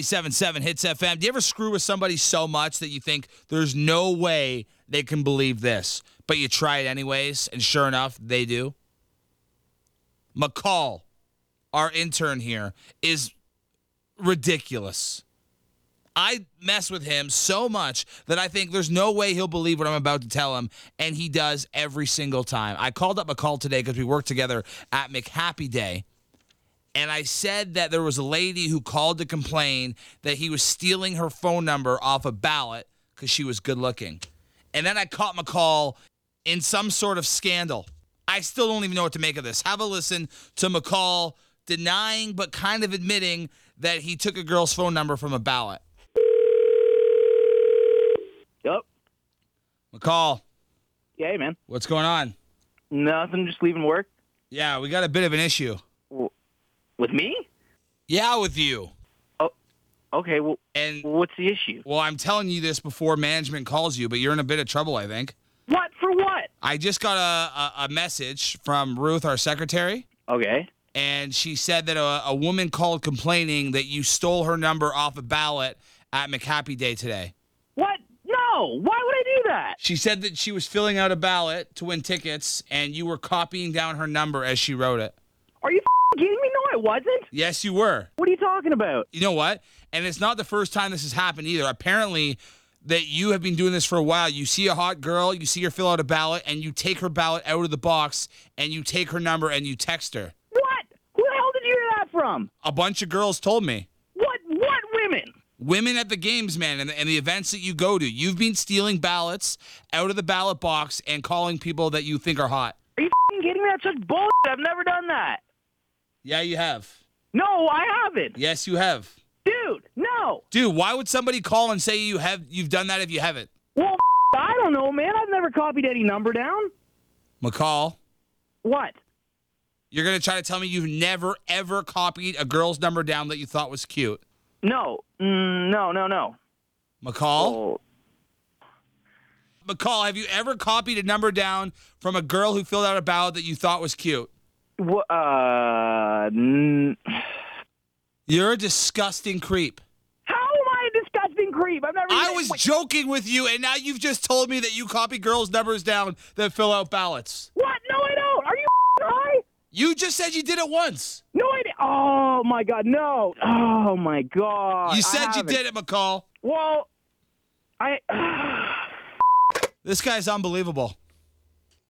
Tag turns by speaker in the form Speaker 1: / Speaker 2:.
Speaker 1: 97.7 Hits FM. Do you ever screw with somebody so much that you think there's no way they can believe this, but you try it anyways, and sure enough, they do? McCall, our intern here, is ridiculous. I mess with him so much that I think there's no way he'll believe what I'm about to tell him, and he does every single time. I called up McCall today because we worked together at McHappy Day, and I said that there was a lady who called to complain that he was stealing her phone number off a ballot because she was good looking. And then I caught McCall in some sort of scandal. I still don't even know what to make of this. Have a listen to McCall denying but kind of admitting that he took a girl's phone number from a ballot.
Speaker 2: Yep.
Speaker 1: McCall,
Speaker 2: Yeah, hey, man.
Speaker 1: what's going on?
Speaker 2: Nothing. Just leaving work
Speaker 1: Yeah, we got a bit of an issue.
Speaker 2: with me.
Speaker 1: Yeah, with you.
Speaker 2: Okay. Well,
Speaker 1: And
Speaker 2: what's the issue?
Speaker 1: well, I'm telling you this before management calls you, but you're in a bit of trouble, I think.
Speaker 2: What for? What?
Speaker 1: I just got a, a, a message from Ruth, our secretary,
Speaker 2: Okay.
Speaker 1: and she said that a, a woman called complaining that you stole her number off a ballot at McHappy Day today.
Speaker 2: What? No. Why would I do that?
Speaker 1: She said that she was filling out a ballot to win tickets, and you were copying down her number as she wrote it.
Speaker 2: Are you f***ing kidding me? No, I wasn't.
Speaker 1: Yes, you were.
Speaker 2: What are you talking about?
Speaker 1: you know what? And it's not the first time this has happened either. Apparently, that you have been doing this for a while. You see a hot girl, you see her fill out a ballot, and you take her ballot out of the box and you take her number and you text her.
Speaker 2: What? Who the hell did you hear that from?
Speaker 1: A bunch of girls told me.
Speaker 2: What? What women?
Speaker 1: Women at the games, man, and the, and the events that you go to, you've been stealing ballots out of the ballot box and calling people that you think are hot.
Speaker 2: Are you f***ing kidding me? That's such bullshit. I've never done that.
Speaker 1: Yeah, you have.
Speaker 2: No, I haven't.
Speaker 1: Yes, you have.
Speaker 2: Dude, no.
Speaker 1: Dude, why would somebody call and say you have you've done that if you haven't?
Speaker 2: Well, f- I don't know, man. I've never copied any number down.
Speaker 1: McCall,
Speaker 2: What?
Speaker 1: You're gonna try to tell me you've never ever copied a girl's number down that you thought was cute,
Speaker 2: No. Mm, no, no, no.
Speaker 1: McCall? McCall, have you ever copied a number down from a girl who filled out a ballot that you thought was cute?
Speaker 2: Wha- uh, n-
Speaker 1: You're a disgusting creep.
Speaker 2: how am I a disgusting creep? I've never.
Speaker 1: I
Speaker 2: even-
Speaker 1: was
Speaker 2: Wait,
Speaker 1: joking with you, and now you've just told me that you copy girls' numbers down that fill out ballots.
Speaker 2: what? No, I don't. Are you f***ing high?
Speaker 1: You just said you did it once.
Speaker 2: No, I. di- Oh my god, no. Oh my god.
Speaker 1: You
Speaker 2: I
Speaker 1: said you
Speaker 2: haven't.
Speaker 1: did it, McCall.
Speaker 2: Well, I.
Speaker 1: This guy's unbelievable.